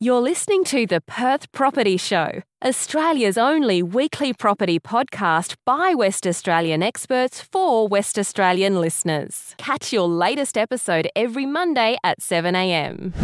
You're listening to the Perth Property Show, Australia's only weekly property podcast by West Australian experts for West Australian listeners. Catch your latest episode every Monday at 7am.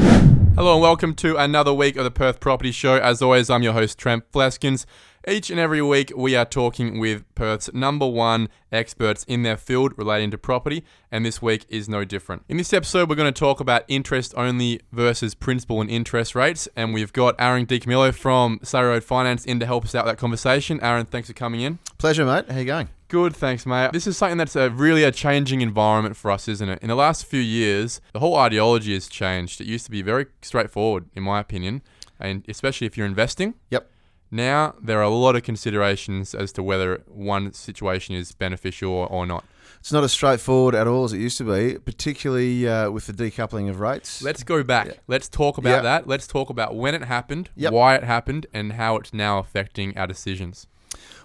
Hello and welcome to another week of the Perth Property Show. As always, I'm your host, Trent Fleskins. Each and every week, we are talking with Perth's number one experts in their field relating to property, and this week is no different. In this episode, we're going to talk about interest only versus principal and interest rates, and we've got Aaron DiCamillo from Surrey Road Finance in to help us out with that conversation. Aaron, thanks for coming in. Pleasure, mate. How you going? Good, thanks, mate. This is something that's a really a changing environment for us, isn't it? In the last few years, the whole ideology has changed. It used to be very straightforward, in my opinion, and especially if you're investing. Yep. Now there are a lot of considerations as to whether one situation is beneficial or, or not. It's not as straightforward at all as it used to be, particularly uh, with the decoupling of rates. Let's go back. Let's talk about Yeah. that. Let's talk about when it happened, Yep. why it happened, and how it's now affecting our decisions.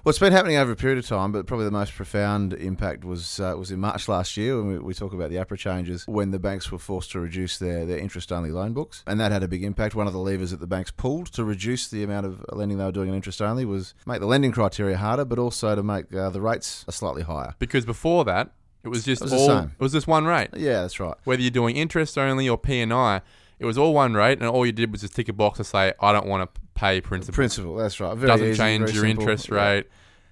What's been happening over a period of time, but probably the most profound impact was uh, was in March last year when we, we talk about the APRA changes, when the banks were forced to reduce their, their interest only loan books, and that had a big impact. One of the levers that the banks pulled to reduce the amount of lending they were doing in interest only was make the lending criteria harder, but also to make uh, the rates slightly higher. Because before that, it was just was the all same. it was just one rate. Yeah, that's right. whether you're doing interest only or P&I, it was all one rate, and all you did was just tick a box to say, I don't want to pay principal. Principle, that's right. Very Doesn't easy, change very your simple. interest rate.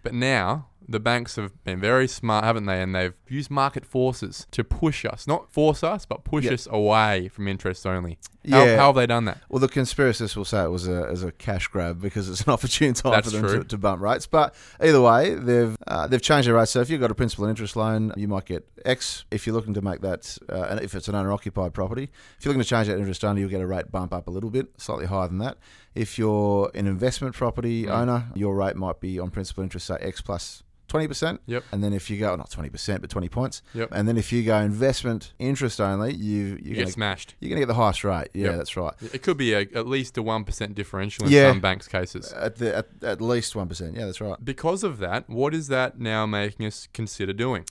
But now, the banks have been very smart, haven't they? And they've used market forces to push us, not force us, but push Yeah. us away from interest only. How, Yeah. how have they done that? Well, the conspiracists will say it was a as a cash grab because it's an opportune time That's for them true. to, to bump rates. But either way, they've uh, they've changed their rates. So if you've got a principal and interest loan, you might get X. If you're looking to make that, uh, and if it's an owner occupied property, if you're looking to change that interest only, you'll get a rate bump up a little bit, slightly higher than that. If you're an investment property Mm. owner, your rate might be on principal interest, say X plus. 20%. Yep. And then if you go, not 20%, but 20 points. Yep. And then if you go investment interest only, you, you're You going get to smashed. you're going to get the highest rate. Yeah, Yep. that's right. It could be a, at least a 1% differential in Yeah. some banks' cases. At the at, at least one percent. Yeah, that's right. Because of that, what is that now making us consider doing?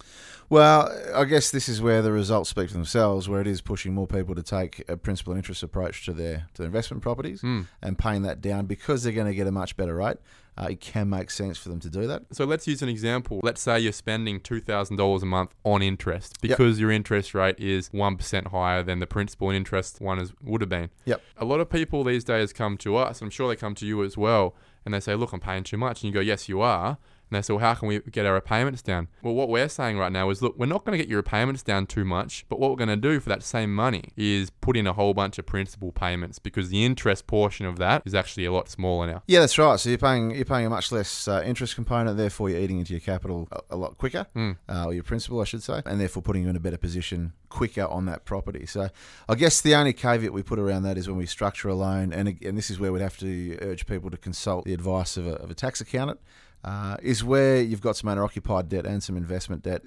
Well, I guess this is where the results speak for themselves, where it is pushing more people to take a principal and interest approach to their to their investment properties and paying that down because they're going to get a much better rate. Uh, it can make sense for them to do that. So let's use an example. Let's say you're spending $2,000 a month on interest because your interest rate is 1% higher than the principal and interest one is, would have been. Yep. A lot of people these days come to us, I'm sure they come to you as well, and they say, Look, I'm paying too much. And you go, Yes, you are. And they say, Well, how can we get our repayments down? Well, what we're saying right now is, Look, we're not going to get your repayments down too much, but what we're going to do for that same money is put in a whole bunch of principal payments because the interest portion of that is actually a lot smaller now. Yeah, that's right. So you're paying you're paying a much less uh, interest component, therefore you're eating into your capital a, a lot quicker, uh, or your principal, I should say, and therefore putting you in a better position quicker on that property. So I guess the only caveat we put around that is when we structure a loan, and and this is where we'd have to urge people to consult the advice of a, of a tax accountant. Uh, is where you've got some owner occupied debt and some investment debt.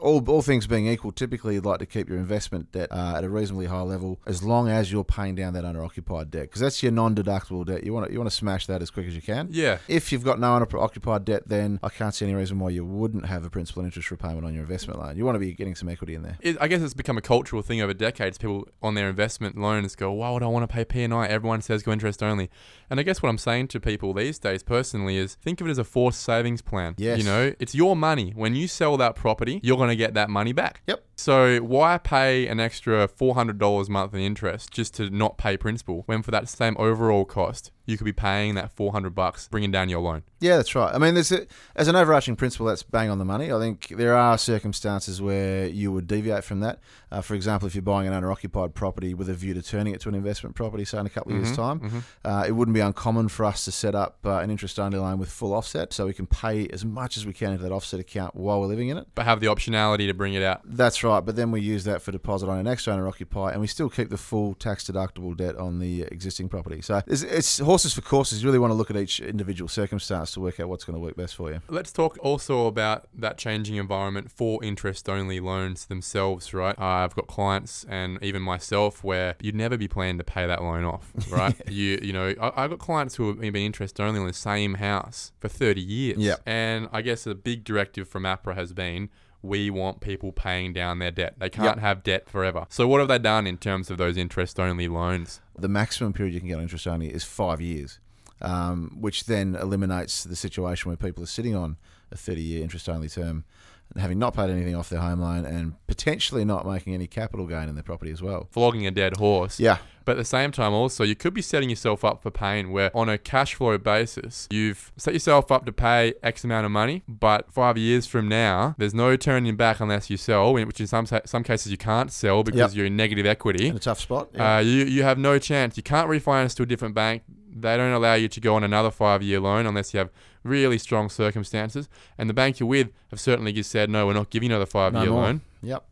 All, all things being equal, typically you'd like to keep your investment debt uh, at a reasonably high level as long as you're paying down that owner occupied debt because that's your non deductible debt. You want to, you want to smash that as quick as you can. Yeah. If you've got no unoccupied debt, then I can't see any reason why you wouldn't have a principal and interest repayment on your investment loan. You want to be getting some equity in there. it, I guess it's become a cultural thing over decades. People on their investment loans go, "Why would I want to pay P and I?" Everyone says go interest only. And I guess what I'm saying to people these days, personally, is think of it as a forced savings plan. Yes. You know, it's your money. When you sell that property, you're going to get that money back. Yep. So why pay an extra four hundred dollars a month in interest just to not pay principal when for that same overall cost you could be paying that four hundred bucks, bringing down your loan? Yeah, that's right. I mean, there's a, as an overarching principle, that's bang on the money. I think there are circumstances where you would deviate from that. Uh, for example, if you're buying an owner-occupied property with a view to turning it to an investment property, say in a couple of years' time, uh, it wouldn't be uncommon for us to set up uh, an interest-only loan with full offset, so we can pay as much as we can into that offset account while we're living in it. But have the optionality to bring it out. That's right, but then we use that for deposit on our next owner occupier, and we still keep the full tax deductible debt on the existing property. So it's, it's horses for courses. You really want to look at each individual circumstance to work out what's going to work best for you. Let's talk also about that changing environment for interest only loans themselves, right? Uh, I've got clients and even myself where you'd never be planning to pay that loan off, right? You you know, I, I've got clients who have been interest only on the same house for 30 years. Yeah. And I guess a big directive from APRA has been we want people paying down their debt. They can't have debt forever. So what have they done in terms of those interest only loans? the maximum period you can get on interest only is five years, um, which then eliminates the situation where people are sitting on a 30 year interest only term and having not paid anything off their home loan and potentially not making any capital gain in their property as well. Flogging a dead horse. Yeah. But at the same time, also, you could be setting yourself up for pain where, on a cash flow basis, you've set yourself up to pay X amount of money, but five years from now, there's no turning back unless you sell, which in some, some cases you can't sell because Yep. you're in negative equity. In a tough spot. Yeah. Uh, you, you have no chance. You can't refinance to a different bank. They don't allow you to go on another five year loan unless you have really strong circumstances. And the bank you're with have certainly just said, no, we're not giving you another five No year more. loan. Yep.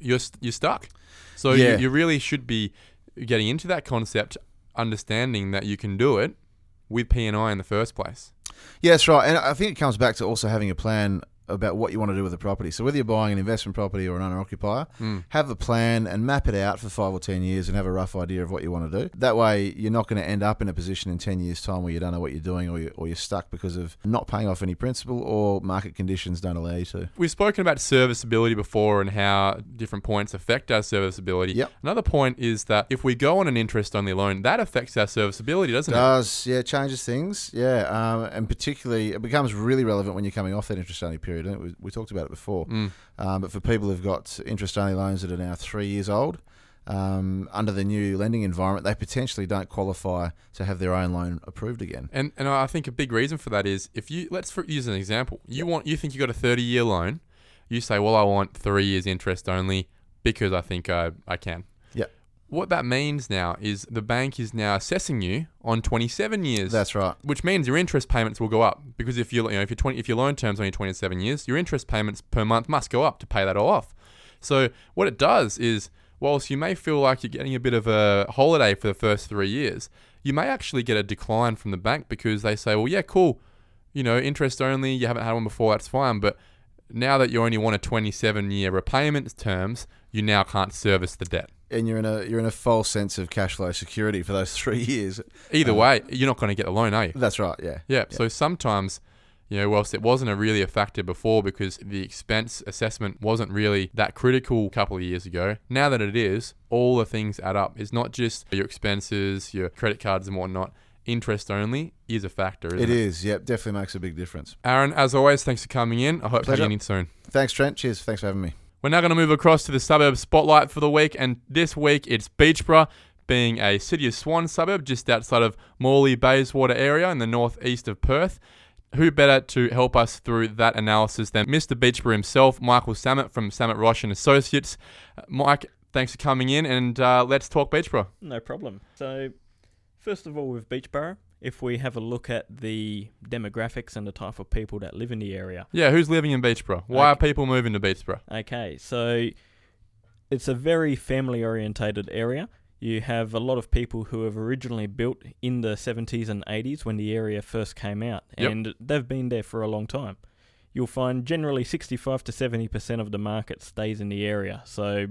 You're, st- you're stuck. So Yeah. you, you really should be getting into that concept, understanding that you can do it with P&I in the first place. Yeah, that's right. And I think it comes back to also having a plan about what you want to do with the property. So whether you're buying an investment property or an owner occupier, have a plan and map it out for five or ten years and have a rough idea of what you want to do. That way, you're not going to end up in a position in ten years' time where you don't know what you're doing or you or you're stuck because of not paying off any principal or market conditions don't allow you to. We've spoken about serviceability before and how different points affect our serviceability. Yep. Another point is that if we go on an interest only loan, that affects our serviceability, doesn't it? Does yeah changes things yeah um, and particularly it becomes really relevant when you're coming off that interest only period. And we, we talked about it before, um, but for people who've got interest only loans that are now three years old. Um, under the new lending environment, they potentially don't qualify to have their own loan approved again. And and I think a big reason for that is if you let's for, use an example. You want you think you got a thirty year loan. You say, well, I want three years interest only because I think I I can. Yeah, What that means now is the bank is now assessing you on twenty seven years. that's right. which means your interest payments will go up because if you, you know if your 20 if your loan terms only 27 years your interest payments per month must go up to pay that all off so what it does is whilst you may feel like you're getting a bit of a holiday for the first 3 years you may actually get a decline from the bank because they say well yeah cool you know interest only you haven't had one before that's fine but now that you only want a 27 year repayment terms you now can't service the debt And you're in a you're in a false sense of cash flow security for those three years. either way you're not going to get the loan are you That's right. Yeah. Yeah. So sometimes, you know, whilst it wasn't a really a factor before because the expense assessment wasn't really that critical a couple of years ago, now that it is, all the things add up. It's not just your expenses, your credit cards and whatnot. Interest only is a factor, isn't it? It is. Yep. Definitely makes a big difference. Aaron, as always, thanks for coming in. I hope to have you Pleasure. in soon. Thanks, Trent. Cheers. Thanks for having me. We're now going to move across to the suburb spotlight for the week, and this week it's Beachborough, being a City of Swan suburb just outside of Morley Bayswater area in the northeast of Perth. Who better to help us through that analysis than Mr. Beachborough himself, Michael Samet from Samet Roche and Associates? Uh, Mike, thanks for coming in, and uh, let's talk Beachborough. No problem. So, first of all, with Beachborough, if we have a look at the demographics and the type of people that live in the area, Yeah, who's living in Beachborough? Why are Okay. people moving to Beachborough? okay, so it's a very family orientated area. You have a lot of people who have originally built in the 70s and 80s when the area first came out, Yep. and they've been there for a long time. You'll find generally 65 to 70% of the market stays in the area. So,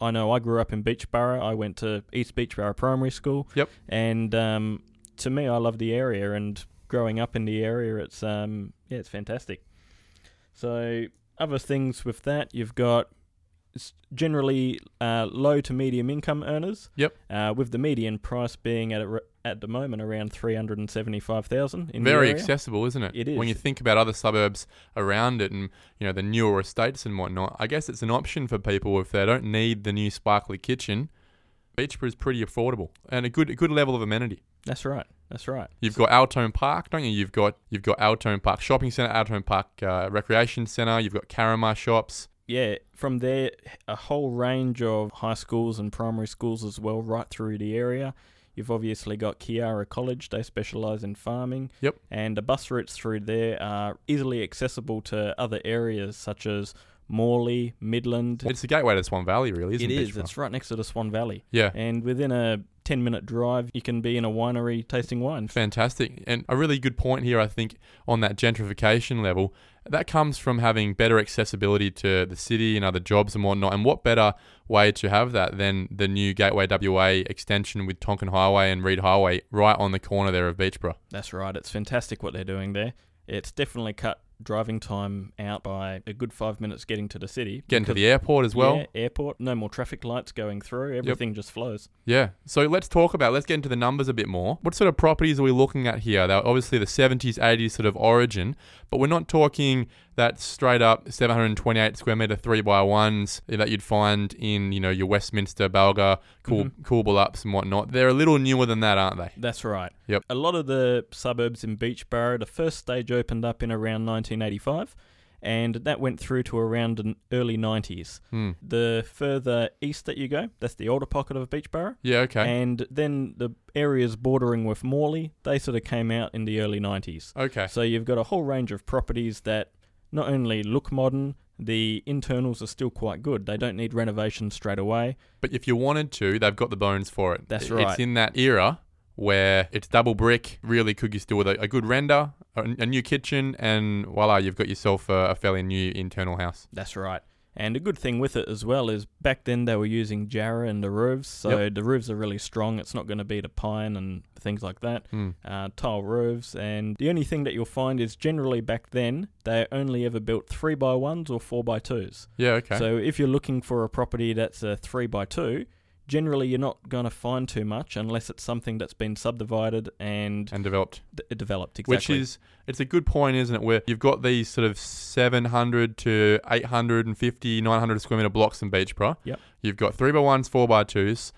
I know I grew up in Beachborough. I went to East Beachborough Primary School. Yep. And um, to me, I love the area, and growing up in the area, it's um, yeah, it's fantastic. So other things with that, you've got s- generally uh, low to medium income earners. Yep. Uh, with the median price being at a, at the moment around three hundred and seventy five thousand in Very the area. accessible, isn't it? It When you is. think about other suburbs around it and, you know, the newer estates and whatnot, I guess it's an option for people if they don't need the new sparkly kitchen. Beachborough is pretty affordable and a good a good level of amenity. That's right. That's right. You've got Altone Park, don't you? You've got you've got Altone Park Shopping Centre, Altone Park uh, Recreation Centre. You've got Karama shops. yeah, from there, a whole range of high schools and primary schools as well, right through the area. You've obviously got Kiara College, they specialise in farming. Yep. And the bus routes through there are easily accessible to other areas such as Morley, Midland. It's the gateway to Swan Valley, really, isn't It it? is, Beachborough? it's right next to the Swan Valley. yeah. And within a 10 minute drive, you can be in a winery tasting wine. Fantastic. And a really good point here, I think, on that gentrification level. That comes from having better accessibility to the city and other jobs and whatnot. And what better way to have that than the new Gateway WA extension with Tonkin Highway and Reed Highway right on the corner there of Beachborough? That's right. It's fantastic what they're doing there. It's definitely cut driving time out by a good five minutes getting to the city. Getting to because- the airport as well. Yeah, airport, no more traffic lights going through. Everything just flows. Yeah. So let's talk about let's get into the numbers a bit more. What sort of properties are we looking at here? They're obviously the 70s, 80s sort of origin, but we're not talking that straight up 728 square meter three by ones that you'd find in you know your Westminster, Balga, cool cool ups and whatnot. They're a little newer than that, aren't they? That's right. Yep. A lot of the suburbs in Beachborough, the first stage opened up in around 1985, and that went through to around the early 90s. Hmm. The further east that you go, that's the older pocket of Beachborough. Yeah. Okay. And then the areas bordering with Morley, they sort of came out in the early 90s. okay. So you've got a whole range of properties that not only look modern, the internals are still quite good. They don't need renovation straight away. But if you wanted to, they've got the bones for it. That's I- It's right. in that era where it's double brick. Really, could you still with a, a good render, a, a new kitchen, and voila, you've got yourself a, a fairly new internal house. That's right. And a good thing with it as well is back then they were using Jarrah in the roofs, so the roofs are really strong. It's not going to be the pine and things like that, Mm. uh, tile roofs. And the only thing that you'll find is generally back then they only ever built three by ones or four by twos. Yeah. Okay. So if you're looking for a property that's a three by two, generally you're not going to find too much unless it's something that's been subdivided and and developed, d- developed. Exactly. which is it's a good point, isn't it? Where you've got these sort of 700 to 850, 900 square meter blocks in Beachborough. Yep. You've got three by ones, four by twos.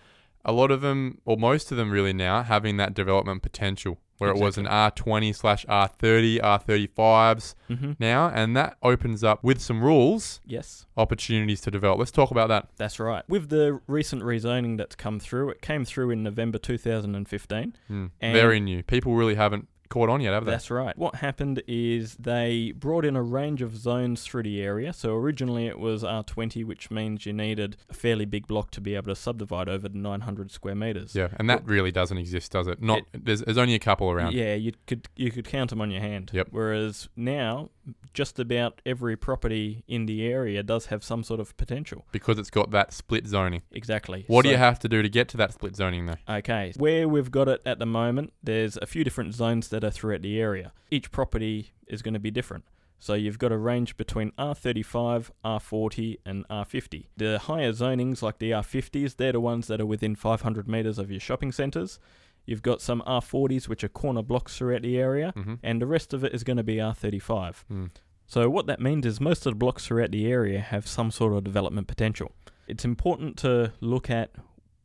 A lot of them, or most of them, really now having that development potential. Where it was an R20 slash R30, R35s hmm now, and that opens up with some rules yes. opportunities to develop. Let's talk about that. That's right. With the recent rezoning that's come through, it came through in November 2015. Mm. And- Very new. People really haven't caught on yet, have they? That's right. What happened is they brought in a range of zones through the area. So originally it was R20, which means you needed a fairly big block to be able to subdivide over the 900 square meters. yeah, and that really doesn't exist, does it? Not there's, there's only a couple around. Yeah, you could you could count them on your hand. Yep. Whereas now, just about every property in the area does have some sort of potential. because it's got that split zoning. Exactly. What do you So- have to do to get to that split zoning though? Okay, where we've got it at the moment, there's a few different zones that are throughout the area. Each property is going to be different. So you've got a range between R35, R40, and R50. The higher zonings, like the R50s, they're the ones that are within 500 metres of your shopping centres. You've got some R40s, which are corner blocks throughout the area, Mm-hmm. and the rest of it is going to be R35. Mm. So, what that means is most of the blocks throughout the area have some sort of development potential. It's important to look at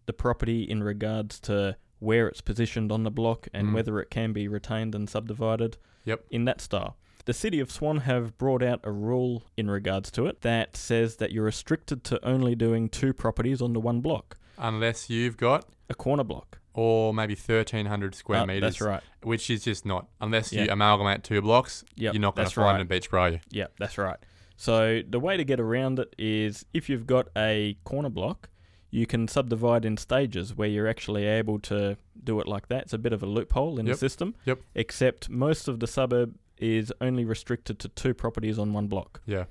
the property in regards to where it's positioned on the block and Mm. whether it can be retained and subdivided Yep. in that style. The City of Swan have brought out a rule in regards to it that says that you're restricted to only doing two properties on the one block, Unless you've got a corner block. or maybe 1300 square Uh, meters, That's right. which is just not unless you Yeah. amalgamate two blocks, Yep, you're not going to that's find right. a beach bra, are you? Yeah, that's right. So the way to get around it is if you've got a corner block, you can subdivide in stages where you're actually able to do it like that. It's a bit of a loophole in Yep. the system. Yep. Except most of the suburb is only restricted to two properties on one block. Yeah.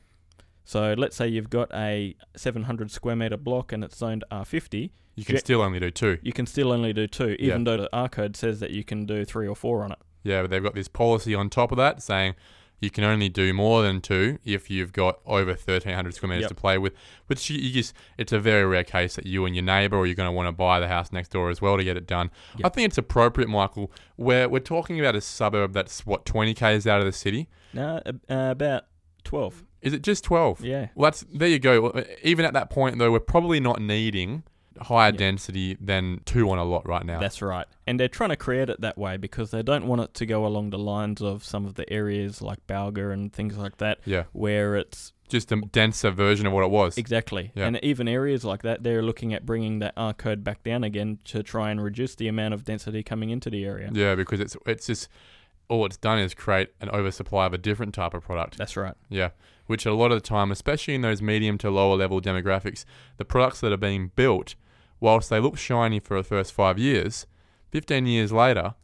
So let's say you've got a 700 square meter block and it's zoned R50, You can Ge- still only do two. you can still only do two, Yeah. even though the R code says that you can do three or four on it. Yeah, but they've got this policy on top of that saying you can only do more than two if you've got over 1300 square meters Yep. to play with, which you, you just, it's a very rare case that you and your neighbor or you're going to want to buy the house next door as well to get it done. Yep. I think it's appropriate, Michael, where we're talking about a suburb that's what 20 k's out of the city. No, ab- uh, about 12. Is it just 12? Yeah. Well, that's there you go. Well, Even at that point though, we're probably not needing higher Yeah. density than two on a lot right now. That's right. And they're trying to create it that way because they don't want it to go along the lines of some of the areas like Balga and things like that yeah, where it's just a denser version of what it was. exactly. Yeah. And even areas like that they're looking at bringing that R code back down again to try and reduce the amount of density coming into the area. Yeah, because it's it's just all it's done is create an oversupply of a different type of product. That's right. Yeah, which a lot of the time, especially in those medium to lower level demographics, the products that are being built, whilst they look shiny for the first five years, fifteen years later,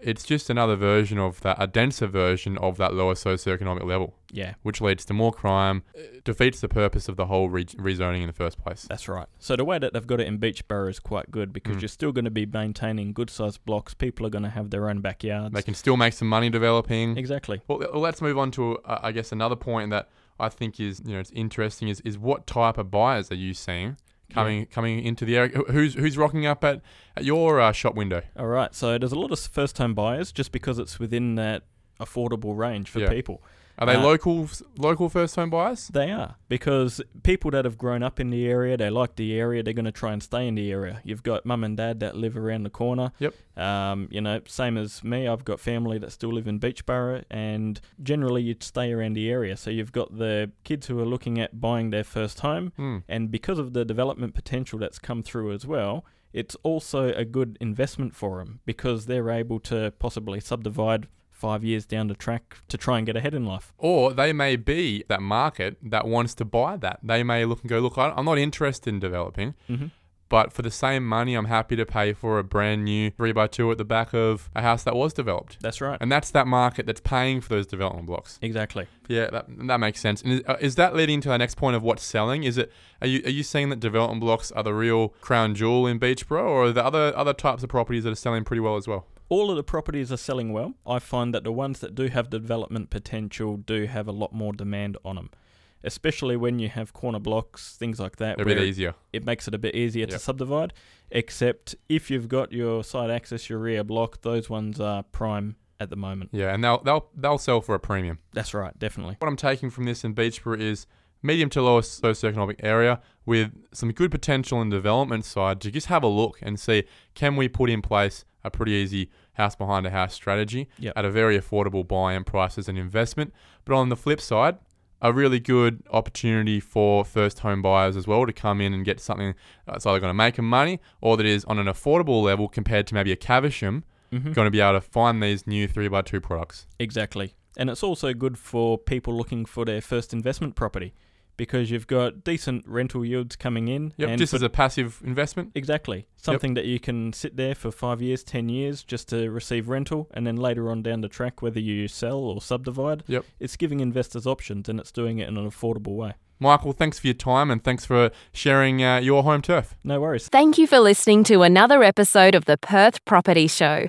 it's just another version of that, a denser version of that lower socioeconomic level, Yeah, which leads to more crime, uh, defeats the purpose of the whole re- rezoning in the first place. that's right. So the way that they've got it in Beachborough is quite good because Mm. you're still going to be maintaining good-sized blocks. People are going to have their own backyards. They can still make some money developing. exactly. Well, th- well, let's move on to, uh, I guess, another point that I think is, you know, it's interesting is, is what type of buyers are you seeing coming coming into the area? Who- Who's who's rocking up at, at your uh, shop window? All right. So there's a lot of first-time buyers just because it's within that affordable range for Yeah. people. Are they Uh, local local first home buyers? They are because people that have grown up in the area, they like the area, they're going to try and stay in the area. You've got mum and dad that live around the corner. Yep. Um, you know, same as me, I've got family that still live in Beachborough, and generally you'd stay around the area. So you've got the kids who are looking at buying their first home, Hmm. and because of the development potential that's come through as well. It's also a good investment for them because they're able to possibly subdivide five years down the track to try and get ahead in life. Or they may be that market that wants to buy that. They may look and go, look, I- I'm not interested in developing, Mhm. but for the same money, I'm happy to pay for a brand new 3x2 at the back of a house that was developed. That's right. And that's that market that's paying for those development blocks. Exactly. Yeah, that, that makes sense. And is, uh, is that leading to our next point of what's selling? Is it are you are you seeing that development blocks are the real crown jewel in Beachboro, or are there other other types of properties that are selling pretty well as well? all of the properties are selling well. I find that the ones that do have development potential do have a lot more demand on them, especially when you have corner blocks, things like that. A bit where easier. It makes it a bit easier to Yep. subdivide. Except if you've got your side access, your rear block, those ones are prime at the moment. Yeah, and they'll they'll they'll sell for a premium. That's right, definitely. What I'm taking from this in Beachboro is medium to lower socioeconomic area with some good potential in development side to just have a look and see can we put in place a pretty easy house behind a house strategy Yep. at a very affordable buy-in price as an investment. But on the flip side, a really good opportunity for first home buyers as well to come in and get something that's either going to make them money or that is on an affordable level compared to maybe a Cavisham Mm-hmm. going to be able to find these new 3x2 products. Exactly. And it's also good for people looking for their first investment property because you've got decent rental yields coming in. Yep, and just for as a passive investment. Exactly. Something that you can sit there for five years, ten years, just to receive rental, and then later on down the track, whether you sell or subdivide, Yep. it's giving investors options and it's doing it in an affordable way. Michael, thanks for your time and thanks for sharing uh, your home turf. No worries. Thank you for listening to another episode of the Perth Property Show.